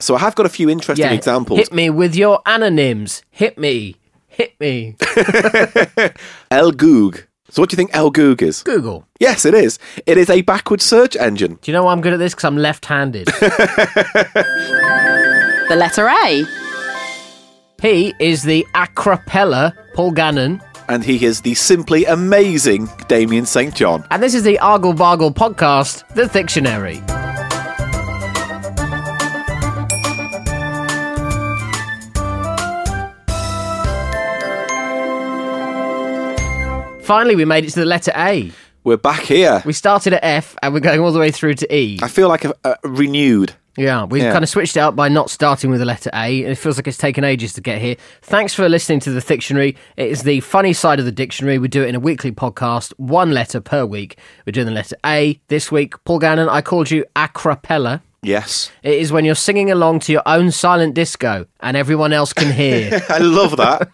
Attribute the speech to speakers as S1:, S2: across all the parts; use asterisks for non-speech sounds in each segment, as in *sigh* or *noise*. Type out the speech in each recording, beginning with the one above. S1: So I have got a few interesting
S2: Yeah.
S1: examples.
S2: Hit me with your anonyms. Hit me. Hit me.
S1: El Goog. So what do you think El Goog is?
S2: Google.
S1: Yes, it is. It is a backward search engine.
S2: Do you know why I'm good at this? Because I'm left handed.
S3: The letter A.
S2: P is the acropella Paul Gannon.
S1: And he is the simply amazing Damien St. John.
S2: And this is the Argle Bargle podcast, The Dictionary. Finally, we made it to the letter A.
S1: We're back here.
S2: We started at F and we're going all the way through to E.
S1: I feel like a, a renewed.
S2: Yeah, we've
S1: Yeah.
S2: kind of switched it up by not starting with the letter A, and it feels like it's taken ages to get here. Thanks for listening to the Dictionary. It is the funny side of the dictionary. We do it in a weekly podcast, one letter per week. We're doing the letter A this week. Paul Gannon, I called you acapella.
S1: Yes.
S2: It is when you're singing along to your own silent disco and everyone else can
S1: *laughs*
S2: hear.
S1: *laughs* I love that.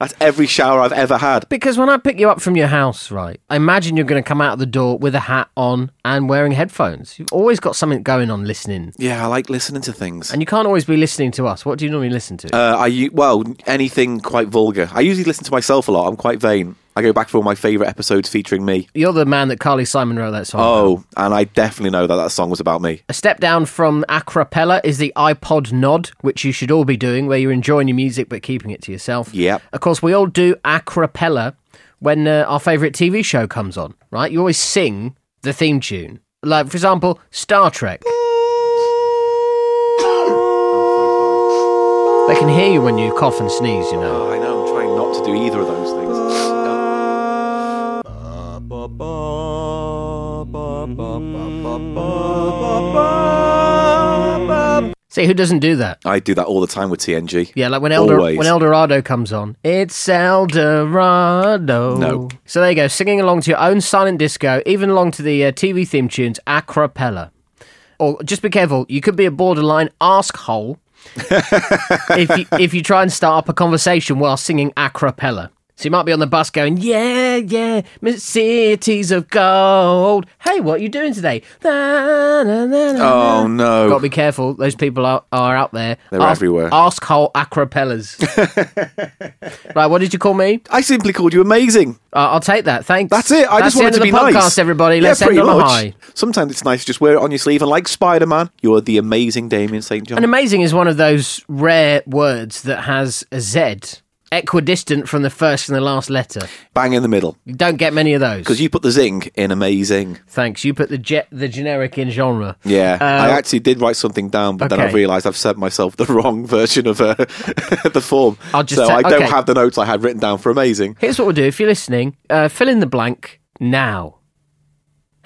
S1: That's every shower I've ever had.
S2: because when I pick you up from your house, right, I imagine you're going to come out of the door with a hat on and wearing headphones. You've always got something going on listening.
S1: Yeah, I like listening to things.
S2: And you can't always be listening to us. What do you normally listen to?
S1: Uh, I u- well anything quite vulgar. I usually listen to myself a lot. I'm quite vain. I go back for all my favourite episodes featuring me.
S2: You're the man that Carly Simon wrote that song. about.
S1: Oh, and I definitely know that that song was about me.
S2: A step down from acapella is the iPod nod, which you should all be doing, where you're enjoying your music but keeping it to yourself.
S1: Yep.
S2: Of course, we all do acapella when uh, our favourite TV show comes on, right? You always sing the theme tune. Like, for example, Star Trek. They can hear you when you cough and sneeze, you know.
S1: I know. I'm trying not to do either of those things.
S2: See, who doesn't do that?
S1: I do that all the time with TNG.
S2: Yeah, like when Elder
S1: Always.
S2: when Eldorado comes on. It's Eldorado.
S1: No.
S2: So there you go, singing along to your own silent disco, even along to the uh, TV theme tunes, acapella. Or just be careful, you could be a borderline
S1: *laughs*
S2: ask hole if you, if you try and start up a conversation while singing acapella. So you might be on the bus going, yeah, yeah, Miss cities of gold. Hey, what are you doing today? Da, na, na, na, na.
S1: Oh no.
S2: Got to be careful. Those people are, are out there.
S1: They're everywhere.
S2: Ask hole
S1: *laughs*
S2: acropellas. right, what did you call me?
S1: I simply called you amazing.
S2: Uh, I'll take that. Thanks.
S1: That's it. I just
S2: That's the
S1: wanted
S2: end
S1: to
S2: of
S1: be
S2: the podcast,
S1: nice.
S2: everybody.
S1: Yeah,
S2: Let's end
S1: pretty
S2: on a
S1: much.
S2: high.
S1: Sometimes it's nice to just wear it on your sleeve, and like Spider-Man, you're the amazing Damien St. John.
S2: And amazing is one of those rare words that has a Z equidistant from the first and the last letter.
S1: Bang in the middle,
S2: You don't get many of those.
S1: because you put the zing in amazing.
S2: Thanks. You put the ge- the generic in genre.
S1: Yeah, I
S2: Uh,
S1: actually did write something down, but then I
S2: okay.
S1: realised I've sent myself the *laughs* wrong version of uh, *laughs* the form.
S2: I'll just
S1: so
S2: ta-
S1: I don't
S2: okay.
S1: have the notes I had written down for amazing.
S2: Here's what we'll do. If you're listening, uh, fill in the blank now.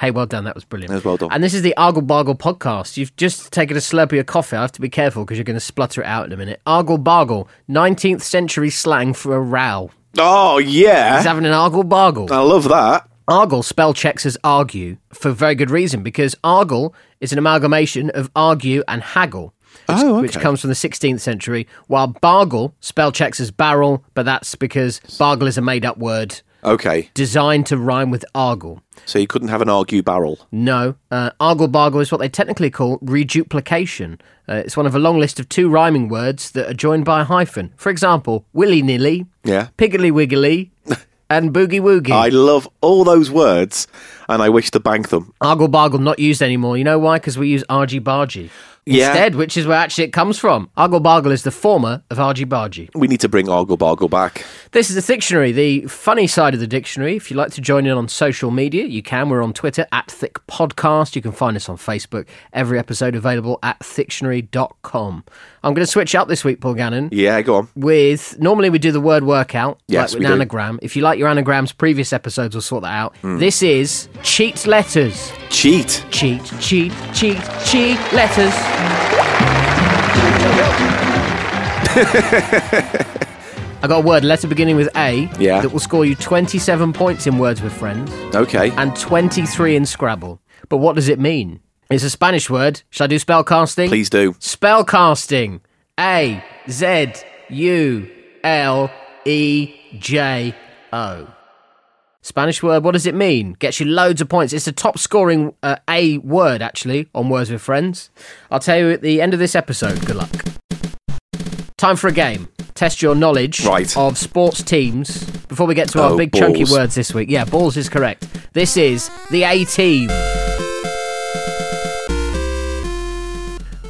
S2: Hey, well done. That was brilliant.
S1: That was well done.
S2: And this is the Argle Bargle podcast. You've just taken a slurp of your coffee. I have to be careful because you're going to splutter it out in a minute. Argle Bargle, 19th century slang for a row.
S1: Oh
S2: He's
S1: yeah,
S2: having an Argle Bargle.
S1: I love that.
S2: Argle spell checks as argue for very good reason because argle is an amalgamation of argue and haggle, which,
S1: Oh,
S2: which
S1: okay.
S2: comes from the 16th century, while bargle spell checks as barrel, but that's because bargle is a made up word
S1: Okay,
S2: designed to rhyme with argle.
S1: so you couldn't have an argue barrel.
S2: No, uh, argle bargle is what they technically call reduplication. Uh, it's one of a long list of two rhyming words that are joined by a hyphen. For example, willy nilly,
S1: Yeah. *laughs*
S2: piggly wiggly, and boogie woogie.
S1: I love all those words, and I wish to bank them.
S2: Argle Bargle not used anymore. You know why? Because we use Argy Bargy
S1: Yeah.
S2: instead, which is where actually it comes from. Argle Bargle is the former of Argy Bargy.
S1: We need to bring argle bargle back.
S2: This is the dictionary, the funny side of the dictionary. If you'd like to join in on social media, you can. We're on Twitter at Thick Podcast. You can find us on Facebook. Every episode available at thictionary.com. I'm going to switch up this week, Paul Gannon
S1: Yeah, go on.
S2: with normally we do the word workout
S1: Yes, we
S2: like with an
S1: do.
S2: anagram if you like your anagrams previous episodes will sort that out
S1: Hmm.
S2: this is cheat letters
S1: Cheat.
S2: cheat cheat cheat cheat letters *laughs* I got a word letter beginning with A
S1: Yeah.
S2: that will score you 27 points in Words with Friends
S1: Okay.
S2: and 23 in Scrabble. But what does it mean? It's a Spanish word. Should I do spellcasting?
S1: Please do.
S2: Spellcasting. A Z U L E J O. Spanish word. What does it mean? Gets you loads of points. It's the top scoring uh, A word, actually, on Words with Friends. I'll tell you at the end of this episode. Good luck. Time for a game. Test your knowledge
S1: Right.
S2: of sports teams before we get to our
S1: Oh,
S2: big chunky
S1: balls.
S2: words this week. Yeah, balls is correct. This is the A team.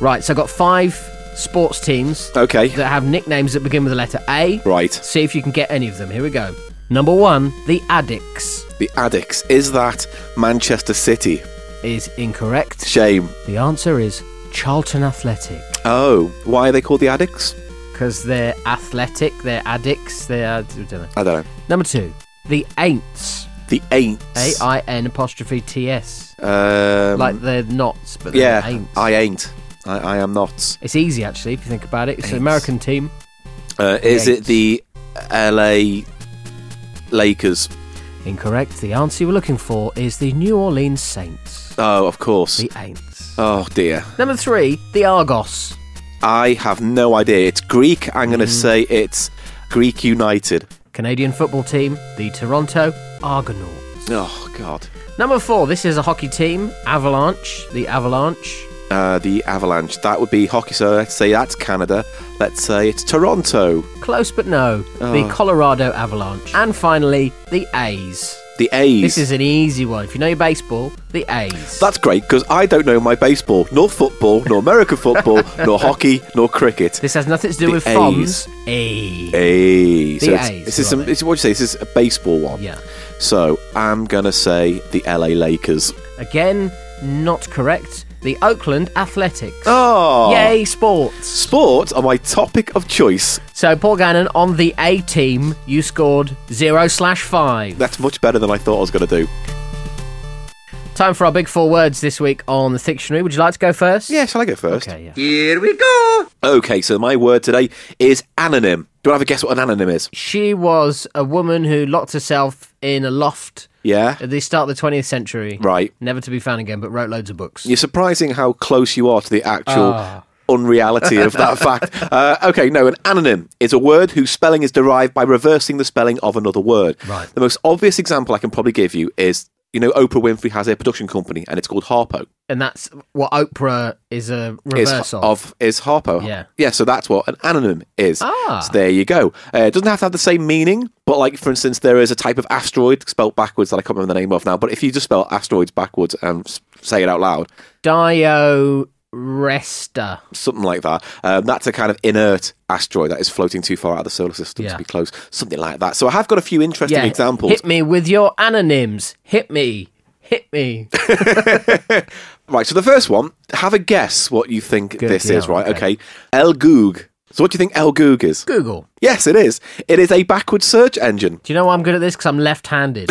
S2: Right, so I've got five sports teams
S1: Okay.
S2: that have nicknames that begin with the letter A.
S1: Right.
S2: See if you can get any of them. Here we go. Number one, the Addicts
S1: The addicts. Is that Manchester City?
S2: is incorrect.
S1: Shame.
S2: The answer is Charlton Athletic
S1: Oh, why are they called the addicts?
S2: because they're athletic, they're addicts, they are. I don't know.
S1: I don't know.
S2: Number two, the Aints.
S1: The aints.
S2: A I N apostrophe T S.
S1: Um,
S2: Like they're knots, but they're
S1: yeah,
S2: Aints.
S1: I ain't. I, I am not.
S2: it's easy actually if you think about it. It's an
S1: Aints.
S2: American team.
S1: Uh, is
S2: The
S1: it the LA Lakers?
S2: Incorrect. The answer you were looking for is the New Orleans Saints.
S1: Oh, of course.
S2: The Aints.
S1: oh dear.
S2: Number three, the Argos.
S1: I have no idea. It's Greek. I'm going
S2: Mm.
S1: to say it's Greek United.
S2: Canadian football team, the Toronto Argonauts.
S1: Oh God.
S2: Number four, this is a hockey team, Avalanche, the Avalanche.
S1: Uh, the Avalanche. That would be hockey. So let's say that's Canada. Let's say it's Toronto.
S2: Close but no,
S1: Oh.
S2: the Colorado Avalanche. And finally, the A's.
S1: The A's.
S2: This is an easy one. If you know your baseball, the A's.
S1: That's great because I don't know my baseball, nor football, nor American
S2: *laughs*
S1: football, nor hockey, nor cricket.
S2: this has nothing to do
S1: The
S2: with
S1: A's.
S2: Fonz. A.
S1: Hey, so
S2: The
S1: it's-
S2: A's,
S1: this is
S2: right.
S1: some, this is what you say. This is a baseball one.
S2: Yeah.
S1: So I'm gonna say the LA Lakers.
S2: Again, not correct. The Oakland Athletics.
S1: Oh,
S2: Yay, sports.
S1: Sport are my topic of choice.
S2: So, Paul Gannon, on the A team, you scored 0 slash 5.
S1: That's much better than I thought I was gonna do.
S2: Time for our big four words this week on the dictionary. Would you like to go first?
S1: Yeah, shall I go first?
S2: Okay, yeah.
S1: Okay, so my word today is anonym. Do I have a guess what an anonym is?
S2: She was a woman who locked herself in a loft
S1: Yeah.
S2: at the start of the 20th century.
S1: Right.
S2: Never to be found again, but wrote loads of books.
S1: You're surprising how close you are to the actual
S2: Ah.
S1: unreality of
S2: *laughs*
S1: that fact. Uh, okay, no, an anonym is a word whose spelling is derived by reversing the spelling of another word.
S2: Right.
S1: The most obvious example I can probably give you is you know, Oprah Winfrey has a production company and it's called Harpo.
S2: And that's what Oprah is a
S1: Is,
S2: reverse of.
S1: is Harpo.
S2: Yeah.
S1: Yeah, so that's what an anonym is.
S2: Ah.
S1: So there you go. Uh, it doesn't have to have the same meaning, but like, for instance, there is a type of asteroid spelt backwards that I can't remember the name of now, but if you just spell asteroids backwards and s- say it out loud,
S2: Dio Resta.
S1: something like that. Um, that's a kind of inert asteroid that is floating too far out of the solar system
S2: Yeah.
S1: to be close, something like that. So I have got a few interesting examples.
S2: Hit me with your anonyms. Hit me. Hit me.
S1: Right, so the first one, have a guess what you think this
S2: yeah,
S1: is, right?
S2: okay.
S1: Okay. El Goog. So what do you think El Goog is?
S2: Google.
S1: Yes, it is. It is a backward search engine.
S2: Do you know why I'm good at this? Because I'm
S1: *laughs*
S2: left handed.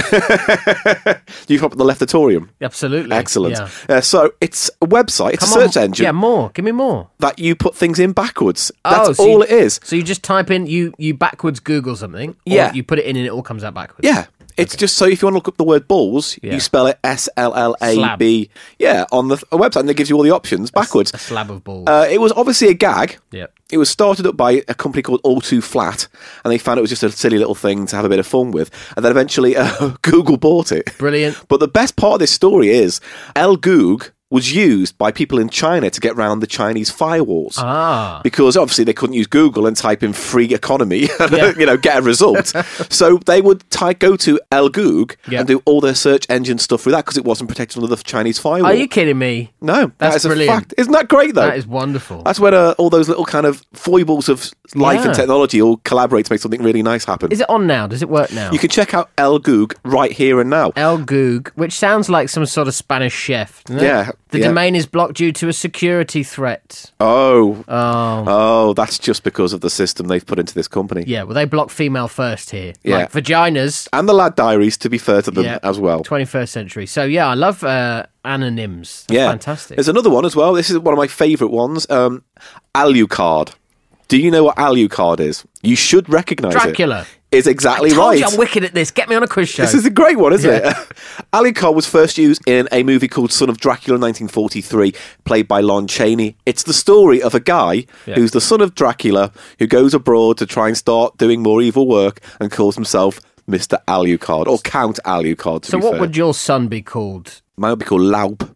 S1: You've got the leftatorium.
S2: Absolutely.
S1: Excellent.
S2: Yeah.
S1: Uh, so it's a website, it's
S2: Come
S1: a search
S2: on,
S1: engine
S2: Yeah, more. Give me more.
S1: that you put things in backwards. That's
S2: Oh, so
S1: all
S2: you-
S1: it is.
S2: So you just type in you you backwards Google something. Or
S1: Yeah.
S2: You put it in and it all comes out backwards.
S1: Yeah. It's just so if you want to look up the word balls,
S2: Yeah.
S1: you spell it S L L A B. Yeah, on the a website, and it gives you all the options backwards.
S2: A slab of balls.
S1: Uh, it was obviously a gag.
S2: yep.
S1: It was started up by a company called All Too Flat, and they found it was just a silly little thing to have a bit of fun with. And then eventually, *laughs* uh, Google bought it.
S2: Brilliant.
S1: But the best part of this story is El Goog was used by people in China to get round the Chinese firewalls
S2: Ah.
S1: because obviously they couldn't use Google and type in free economy, *laughs* and, you know, get a result.
S2: *laughs*
S1: so they would ty- go to El Goog
S2: Yeah.
S1: and do all their search engine stuff through that because it wasn't protected under the Chinese firewall.
S2: Are you kidding me?
S1: no,
S2: That's
S1: that is
S2: brilliant.
S1: a fact. Isn't that great though?
S2: That is wonderful.
S1: That's when uh, all those little kind of foibles of life
S2: Yeah.
S1: and technology all collaborate to make something really nice happen.
S2: Is it on now? Does it work now?
S1: you can check out El Goog right here and now.
S2: El Goog, which sounds like some sort of Spanish chef. doesn't it?
S1: Yeah,
S2: The
S1: yeah.
S2: domain is blocked due to a security threat.
S1: oh,
S2: Oh.
S1: oh, that's just because of the system they've put into this company.
S2: Yeah, well, they block female first here.
S1: Yeah.
S2: Like vaginas.
S1: And the lad diaries, to be fair to them
S2: Yeah.
S1: as well.
S2: 21st century. So, yeah, I love uh, anonyms. That's
S1: yeah,
S2: Fantastic.
S1: There's another one as well. This is one of my favourite ones. Um, Alucard. Do you know what Alucard is? You should recognise
S2: Dracula.
S1: it. Is exactly
S2: Told
S1: right.
S2: you I'm wicked at this. Get me on a quiz show.
S1: This is a great one, isn't
S2: Yeah.
S1: it? *laughs* Ali Carr was first used in a movie called Son of Dracula 1943, played by Lon Chaney. It's the story of a guy
S2: Yeah.
S1: who's the son of Dracula who goes abroad to try and start doing more evil work and calls himself Mr. Alucard or Count Alucard. To
S2: So,
S1: be
S2: what
S1: fair.
S2: would your son be called?
S1: mine would be called Laup?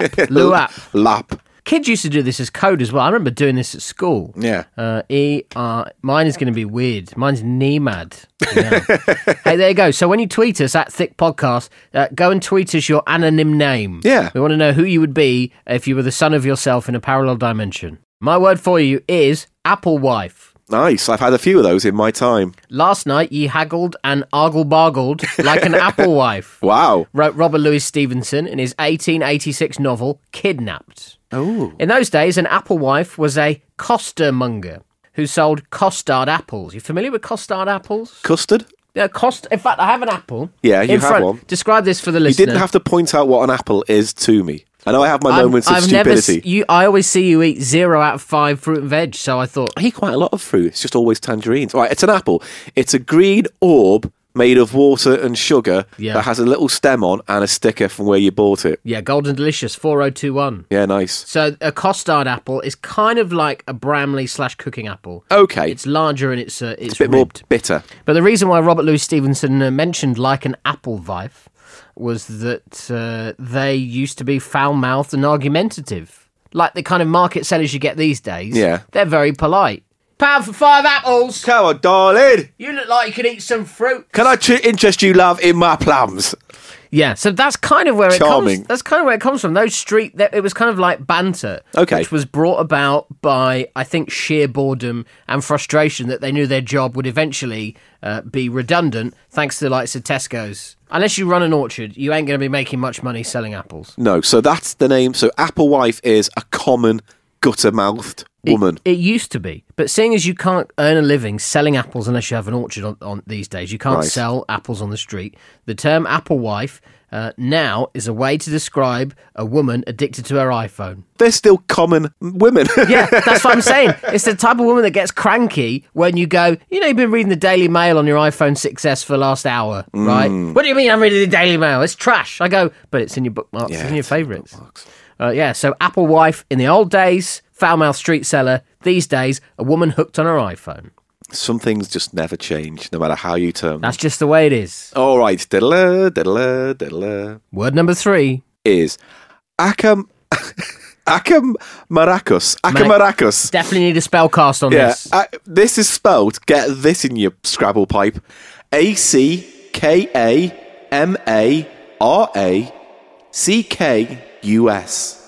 S1: *laughs*
S2: Luap.
S1: Lap.
S2: Kids used to do this as code as well. I remember doing this at school.
S1: Yeah.
S2: Uh, e R. Mine is going to be weird. Mine's Nemad. Yeah.
S1: *laughs*
S2: hey, there you go. So when you tweet us at Thick Podcast, uh, go and tweet us your anonym name.
S1: Yeah.
S2: We want to know who you would be if you were the son of yourself in a parallel dimension. My word for you is Apple Wife.
S1: Nice. I've had a few of those in my time.
S2: Last night ye haggled and argle bargled like
S1: *laughs*
S2: an Apple Wife.
S1: Wow.
S2: Wrote Robert Louis Stevenson in his 1886 novel Kidnapped.
S1: Oh.
S2: In those days, an apple wife was a costermonger who sold costard apples. You familiar with costard apples?
S1: Custard?
S2: Yeah, cost. In fact, I have an apple.
S1: Yeah, you
S2: in
S1: have
S2: front-
S1: one.
S2: Describe this for the
S1: You
S2: listener.
S1: didn't have to point out what an apple is to me. I know I have my moments of
S2: never. s-
S1: stupidity.
S2: You, I always see you eat zero out of five fruit and veg, so I thought
S1: I eat quite a lot of fruit. It's just always tangerines. All right, it's an apple. It's a green orb made of water and sugar
S2: Yeah.
S1: that has a little stem on and a sticker from where you bought it.
S2: Yeah, Golden Delicious 4021.
S1: Yeah, nice.
S2: So a costard apple is kind of like a Bramley slash cooking apple.
S1: Okay,
S2: It's larger and it's uh, it's,
S1: a bit more
S2: ribbed.
S1: bitter.
S2: But the reason why Robert Louis Stevenson uh, mentioned like an apple vife was that uh, they used to be foul mouthed and argumentative. Like the kind of market sellers you get these days.
S1: Yeah.
S2: They're very polite. Pound for five apples.
S1: Come on, darling.
S2: You look like you could eat some fruit.
S1: Can I tr- interest you, love, in my plums?
S2: Yeah, so that's kind of where it
S1: Charming.
S2: comes. That's kind of where it comes from. Those street, that it was kind of like banter,
S1: Okay.
S2: which was brought about by I think sheer boredom and frustration that they knew their job would eventually uh, be redundant thanks to the likes of Tesco's. Unless you run an orchard, you ain't going to be making much money selling apples.
S1: No, so that's the name. So apple wife is a common gutter-mouthed woman.
S2: It used to be, but seeing as you can't earn a living selling apples unless you have an orchard on, on these days, you can't
S1: Right.
S2: sell apples on the street. The term apple wife uh, now is a way to describe a woman addicted to her iPhone.
S1: They're still common women.
S2: *laughs* Yeah, that's what I'm saying. It's the type of woman that gets cranky when you go, you know, you've been reading the Daily Mail on your iPhone 6S for the last hour,
S1: Mm.
S2: right? What do you mean I'm reading the Daily Mail? It's trash. I go, but it's in your bookmarks, it's in your
S1: it's in your
S2: favourites. Uh, yeah, so Apple Wife in the old days, foul mouth street seller. These days, a woman hooked on her iPhone.
S1: Some things just never change, no matter how you turn. them.
S2: That's just the way it is.
S1: All right, diddler, diddler, diddler.
S2: Word number three.
S1: is Akam *laughs* Akam Maracus.
S2: Mar-
S1: Akamaracus.
S2: Definitely need a spell cast on
S1: Yeah,
S2: this.
S1: I, this is spelled. Get this in your Scrabble pipe. A C K A M A R A C K U S.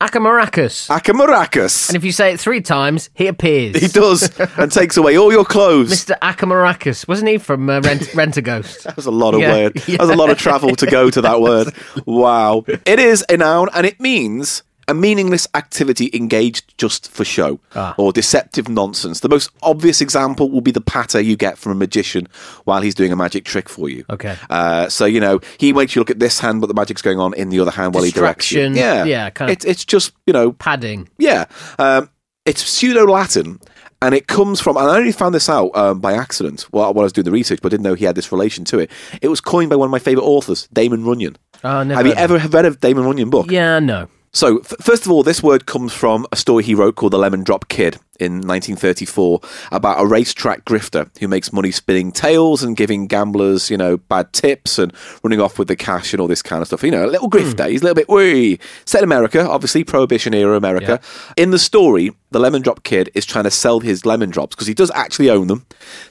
S2: Akamaracus.
S1: Akamaracus.
S2: and if you say it three times, he appears.
S1: He does and takes away all your clothes.
S2: Mr. Akamaracus. Wasn't he from uh, Rent, *laughs* Rent a Ghost?
S1: That was a lot of
S2: Yeah, *laughs*
S1: word.
S2: yeah.
S1: That was a lot of travel to go to that
S2: *laughs*
S1: word. Wow. It is a noun and it means a meaningless activity engaged just for show
S2: Ah.
S1: or deceptive nonsense. The most obvious example will be the patter you get from a magician while he's doing a magic trick for you.
S2: Okay.
S1: Uh, so, you know, he makes you look at this hand, but the magic's going on in the other hand while he directs you.
S2: Distraction,
S1: Yeah.
S2: yeah, kind of-
S1: It's- it's just, you know,
S2: padding.
S1: yeah. Um, it's pseudo Latin and it comes from, and I only found this out um, by accident while, while I was doing the research, but I didn't know he had this relation to it. It was coined by one of my favourite authors, Damon Runyon.
S2: Oh, never
S1: Have you
S2: heard
S1: ever read a Damon Runyon book?
S2: Yeah, no.
S1: So, f- first of all, this word comes from a story he wrote called The Lemon Drop Kid in 1934 about a racetrack grifter who makes money spinning tails and giving gamblers, you know, bad tips and running off with the cash and all this kind of stuff. You know, a little grifter. He's a little bit, wee. Set in America, obviously, Prohibition era America. In the story, the Lemon Drop Kid is trying to sell his lemon drops because he does actually own them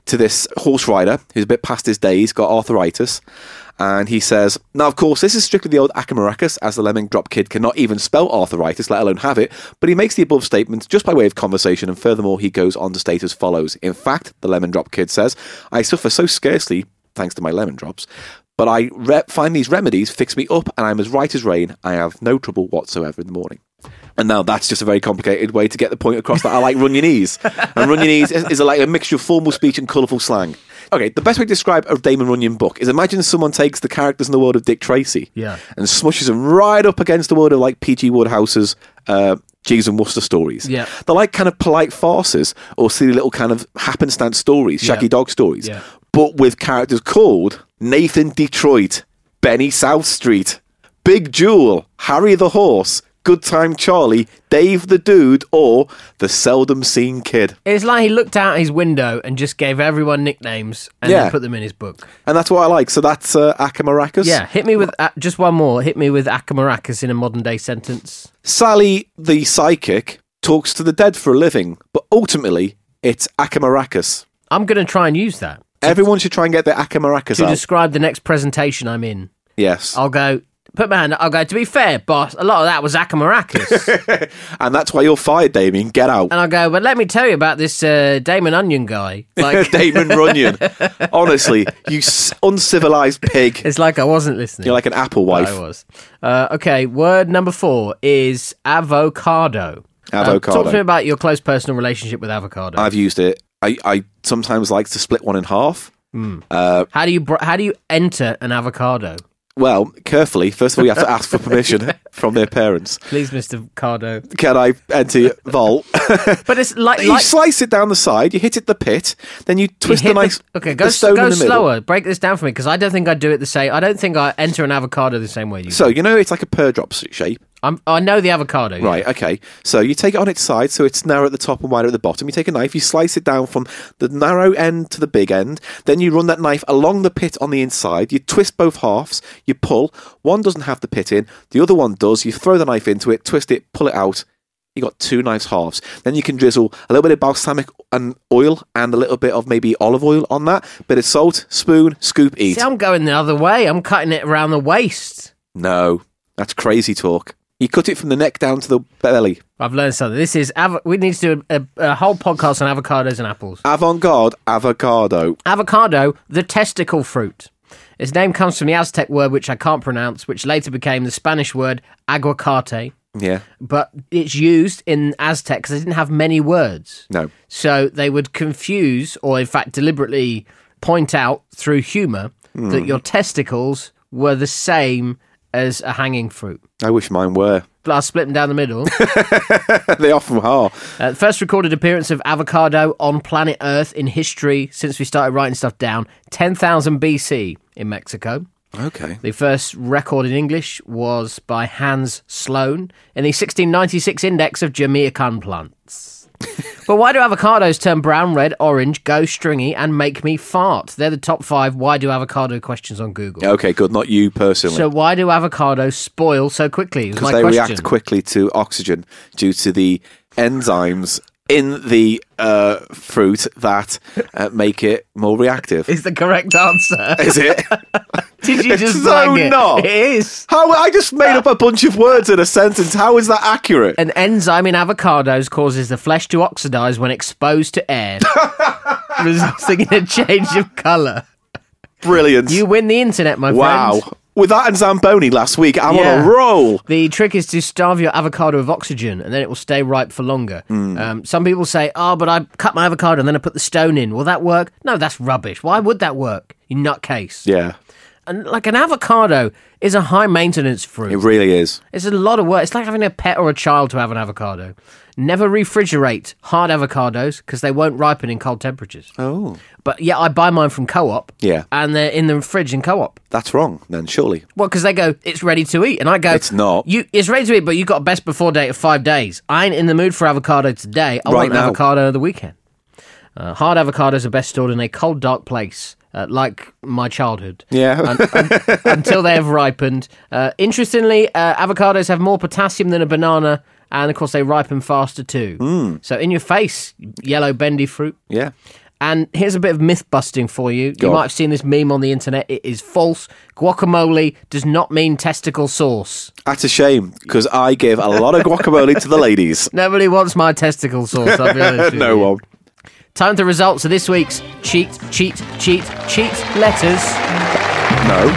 S1: to this horse rider who's a bit past his days, got arthritis. And he says, now, of course, this is strictly the old Akamaracus, as the Lemon Drop Kid cannot even spell arthritis, let alone have it. But he makes the above statement just by way of conversation, and furthermore, he goes on to state as follows In fact, the Lemon Drop Kid says, I suffer so scarcely, thanks to my lemon drops, but I re- find these remedies fix me up, and I'm as right as rain. I have no trouble whatsoever in the morning. And now that's just a very complicated way to get the point across that I like run your knees. And run your knees is, is like a mixture of formal speech and colourful slang. Okay, the best way to describe a Damon Runyon book is imagine someone takes the characters in the world of Dick Tracy
S2: Yeah.
S1: and smushes them right up against the world of like P.G. Woodhouse's uh, Jeeves and Worcester stories.
S2: Yeah.
S1: They're like kind of polite farces or silly little kind of happenstance stories, shaggy
S2: Yeah.
S1: dog stories,
S2: Yeah.
S1: but with characters called Nathan Detroit, Benny South Street, Big Jewel, Harry the Horse, Good Time Charlie, Dave the Dude, or the Seldom Seen Kid.
S2: It's like he looked out his window and just gave everyone nicknames and
S1: Yeah.
S2: then put them in his book.
S1: And that's what I like. So that's uh, Akamarakas.
S2: Yeah, hit me with uh, just one more. Hit me with Akamarakas in a modern day sentence.
S1: Sally, the psychic, talks to the dead for a living, but ultimately it's Akamarakas.
S2: I'm going to try and use that
S1: Everyone should try and get their Akamarakas
S2: to
S1: out.
S2: describe the next presentation I'm in.
S1: yes.
S2: I'll go, put my hand up. I'll go, to be fair, boss, a lot of that
S1: *laughs*
S2: was Akamarakas.
S1: and that's why you're fired, Damien. Get out.
S2: *laughs* and I'll go, but let me tell you about this uh, Damon Onion guy.
S1: *laughs*
S2: Like,
S1: Damon Runyon. Honestly, you s- uncivilized pig.
S2: *laughs* it's like I wasn't listening.
S1: You're like an apple
S2: I
S1: wife.
S2: was. Uh, okay, word number four is avocado. Um,
S1: Avocado.
S2: talk to me about your close personal relationship with avocado.
S1: I've used it. I, I sometimes like to split one in half.
S2: how do you br- how do you enter an avocado?
S1: Well, carefully. First of all, you have to ask for
S2: *laughs*
S1: permission from their parents.
S2: Please, Mr. Cardo.
S1: Can I enter
S2: *laughs*
S1: vault?
S2: But it's like,
S1: you
S2: like
S1: slice it down the side. You hit it the pit. Then you twist
S2: hit
S1: the nice.
S2: okay, go,
S1: the
S2: s-
S1: stone
S2: go
S1: in the middle.
S2: slower. Break this down for me because I don't think I do it the same. I don't think I enter an avocado the same way you.
S1: So you know it's like a pear drop s- shape,
S2: I'm, I know the avocado. yeah.
S1: right? Okay. So you take it on its side, so it's narrow at the top and wider at the bottom. You take a knife, you slice it down from the narrow end to the big end. Then you run that knife along the pit on the inside. You twist both halves. You pull. One doesn't have the pit in. The other one does. You throw the knife into it, twist it, pull it out. You got two knives halves. Then you can drizzle a little bit of balsamic and oil and a little bit of maybe olive oil on that. Bit of salt, spoon, scoop, eat.
S2: See, I'm going the other way. I'm cutting it around the waist.
S1: No, that's crazy talk. You cut it from the neck down to the belly.
S2: I've learned something. This is av- we need to do a, a, a whole podcast on avocados and apples.
S1: Avant-garde avocado.
S2: Avocado, the testicle fruit. Its name comes from the Aztec word which I can't pronounce, which later became the Spanish word aguacate.
S1: Yeah,
S2: But it's used in Aztec because they didn't have many words.
S1: no.
S2: So they would confuse, or in fact, deliberately point out through humour that your testicles were the same as a hanging fruit.
S1: I wish mine were. *laughs*
S2: But I'll split them down the middle.
S1: they often are.
S2: Uh, first recorded appearance of avocado on planet Earth in history since we started writing stuff down 10,000 BC in Mexico.
S1: Okay.
S2: The first record in English was by Hans Sloane in the 1696 index of Jamaican
S1: *laughs*
S2: plants. but why do avocados turn brown, red, orange, go stringy, and make me fart? They're the top five why do avocado questions on Google.
S1: Okay, good. Not you personally.
S2: So why do avocados spoil so quickly? Because
S1: they react quickly to oxygen due to the enzymes in the uh, fruit that uh, make it more
S2: *laughs*
S1: reactive.
S2: *laughs* Is the
S1: *laughs*
S2: correct answer?
S1: Is it?
S2: Did you
S1: It's
S2: just
S1: so
S2: bang it?
S1: not.
S2: It is.
S1: How I just made up a bunch of words in a sentence. How is that accurate?
S2: An enzyme in avocados causes the flesh to oxidize when exposed
S1: *laughs*
S2: to air, resulting in a change of color.
S1: Brilliant.
S2: You win the internet, my
S1: wow.
S2: friend.
S1: With that and Zamboni last week, I'm on
S2: Yeah.
S1: a roll.
S2: The trick is to starve your avocado of oxygen, and then it will stay ripe for longer.
S1: Hmm.
S2: Um, some people say, "Oh, but I cut my avocado and then I put the stone in. Will that work?" No, that's rubbish. Why would that work? You nutcase.
S1: Yeah,
S2: And like an avocado is a high maintenance fruit.
S1: it really is.
S2: It's a lot of work. It's like having a pet or a child to have an avocado. Never refrigerate hard avocados because they won't ripen in cold temperatures.
S1: Oh,
S2: But yeah, I buy mine from co-op.
S1: Yeah.
S2: and they're in the fridge in co-op.
S1: that's wrong then, surely.
S2: Well, because they go, it's ready to eat, and I go,
S1: It's not.
S2: You, it's ready to eat, but you got a best before date of five days. I ain't in the mood for avocado today. I
S1: Right
S2: want an
S1: now.
S2: avocado of the weekend. Uh, hard avocados are best stored in a cold, dark place, uh, like my childhood.
S1: *laughs* Yeah,
S2: until they have ripened. Uh, interestingly, uh, avocados have more potassium than a banana, and of course they ripen faster too.
S1: Hmm.
S2: So in your face, yellow bendy fruit.
S1: yeah.
S2: And here's a bit of myth busting for you. You
S1: on.
S2: might have seen this meme on the internet. It is false. Guacamole does not mean testicle sauce.
S1: That's a shame because I give a lot of guacamole to the ladies.
S2: Nobody wants my testicle sauce. I'll
S1: *laughs*
S2: be honest with
S1: No
S2: you.
S1: one.
S2: Time for the results of this week's cheat, cheat, cheat, cheat letters.
S1: No.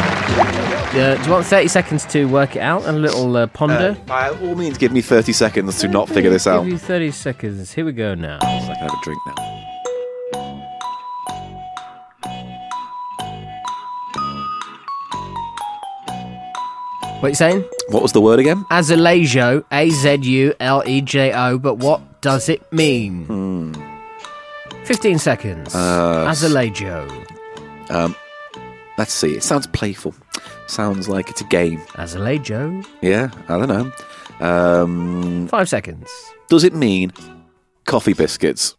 S2: Uh, do you want 30 seconds to work it out and a little uh, ponder?
S1: By all means, give me 30 seconds to not figure this out.
S2: Give you 30 seconds. Here we go now.
S1: I can have a drink now.
S2: What you saying?
S1: What was the word again?
S2: Azulejo, A Z U L E J O, but what does it mean?
S1: Hmm.
S2: 15 seconds.
S1: Uh,
S2: Azulejo.
S1: Let's see. It sounds playful. Sounds like it's a game.
S2: Azulejo.
S1: Yeah, I don't know. Um,
S2: Five seconds.
S1: does it mean coffee biscuits?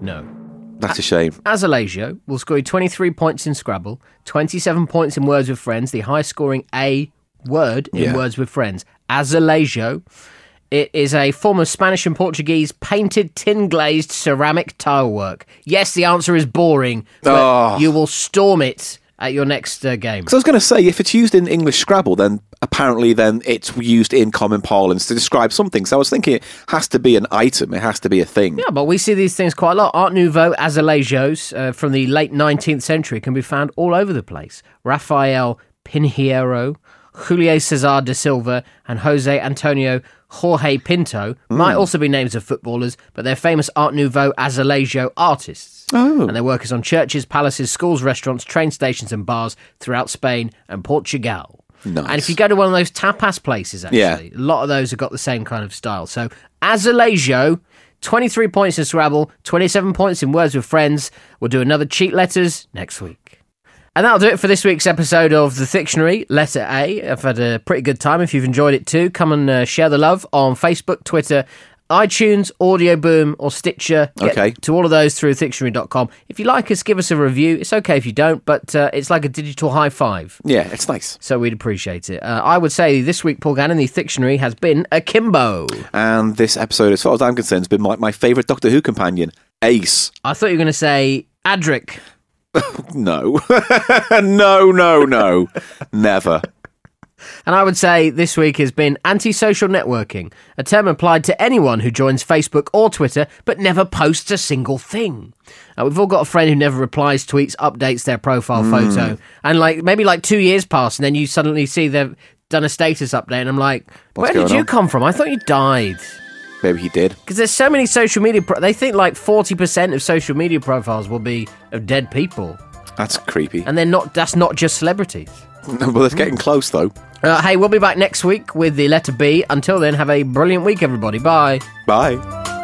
S2: No.
S1: That's a shame.
S2: Azalesio will score 23 points in Scrabble, 27 points in Words with Friends, the highest scoring A word in
S1: Yeah.
S2: Words with Friends. Azalesio. It is a form of Spanish and Portuguese painted tin glazed ceramic tile work. Yes, the answer is boring, but
S1: Oh.
S2: you will storm it at your next uh, game.
S1: So I was going to say, if it's used in English Scrabble, then apparently then it's used in common parlance to describe something. So I was thinking it has to be an item. It has to be a thing.
S2: Yeah, but we see these things quite a lot. Art Nouveau azulejos uh, from the late 19th century can be found all over the place. Rafael Pinheiro, Julio Cesar de Silva, and Jose Antonio Jorge Pinto might also be names of footballers, but they're famous Art Nouveau azulejo artists. Oh. And their work is on churches, palaces, schools, restaurants, train stations, and bars throughout Spain and Portugal.
S1: Nice.
S2: And if you go to one of those tapas places, actually,
S1: Yeah.
S2: a lot of those have got the same kind of style. So Azalejo, 23 points in Scrabble, 27 points in Words with Friends. We'll do another cheat letters next week. And that'll do it for this week's episode of The Dictionary, letter A. I've had a pretty good time. If you've enjoyed it too, come and uh, share the love on Facebook, Twitter, iTunes, Audio Boom, or Stitcher. Get
S1: Okay.
S2: To all of those through dictionary.com. If you like us, give us a review. It's okay if you don't, but uh, it's like a digital high five
S1: Yeah, it's nice.
S2: so we'd appreciate it. Uh, I would say this week, Paul Gannon, the dictionary has been akimbo.
S1: And this episode, as far as I'm concerned, has been my, my favourite Doctor Who companion, Ace.
S2: I thought you were going to say Adric.
S1: No. *laughs* no, no, no. Never.
S2: And I would say this week has been antisocial networking, a term applied to anyone who joins Facebook or Twitter but never posts a single thing. Uh, we've all got a friend who never replies, tweets, updates their profile
S1: Mm.
S2: photo, and like maybe like two years pass, and then you suddenly see they've done a status update, and I'm like, where did
S1: going
S2: you
S1: on?"
S2: come from? I thought you died.
S1: Maybe he did.
S2: Because there's so many social media. Pro- they think like 40% of social media profiles will be of dead people,
S1: That's creepy.
S2: and they're not. That's not just celebrities.
S1: *laughs* well, it's getting close, though.
S2: Uh, hey, we'll be back next week with the letter B. Until then, have a brilliant week, everybody. Bye.
S1: Bye.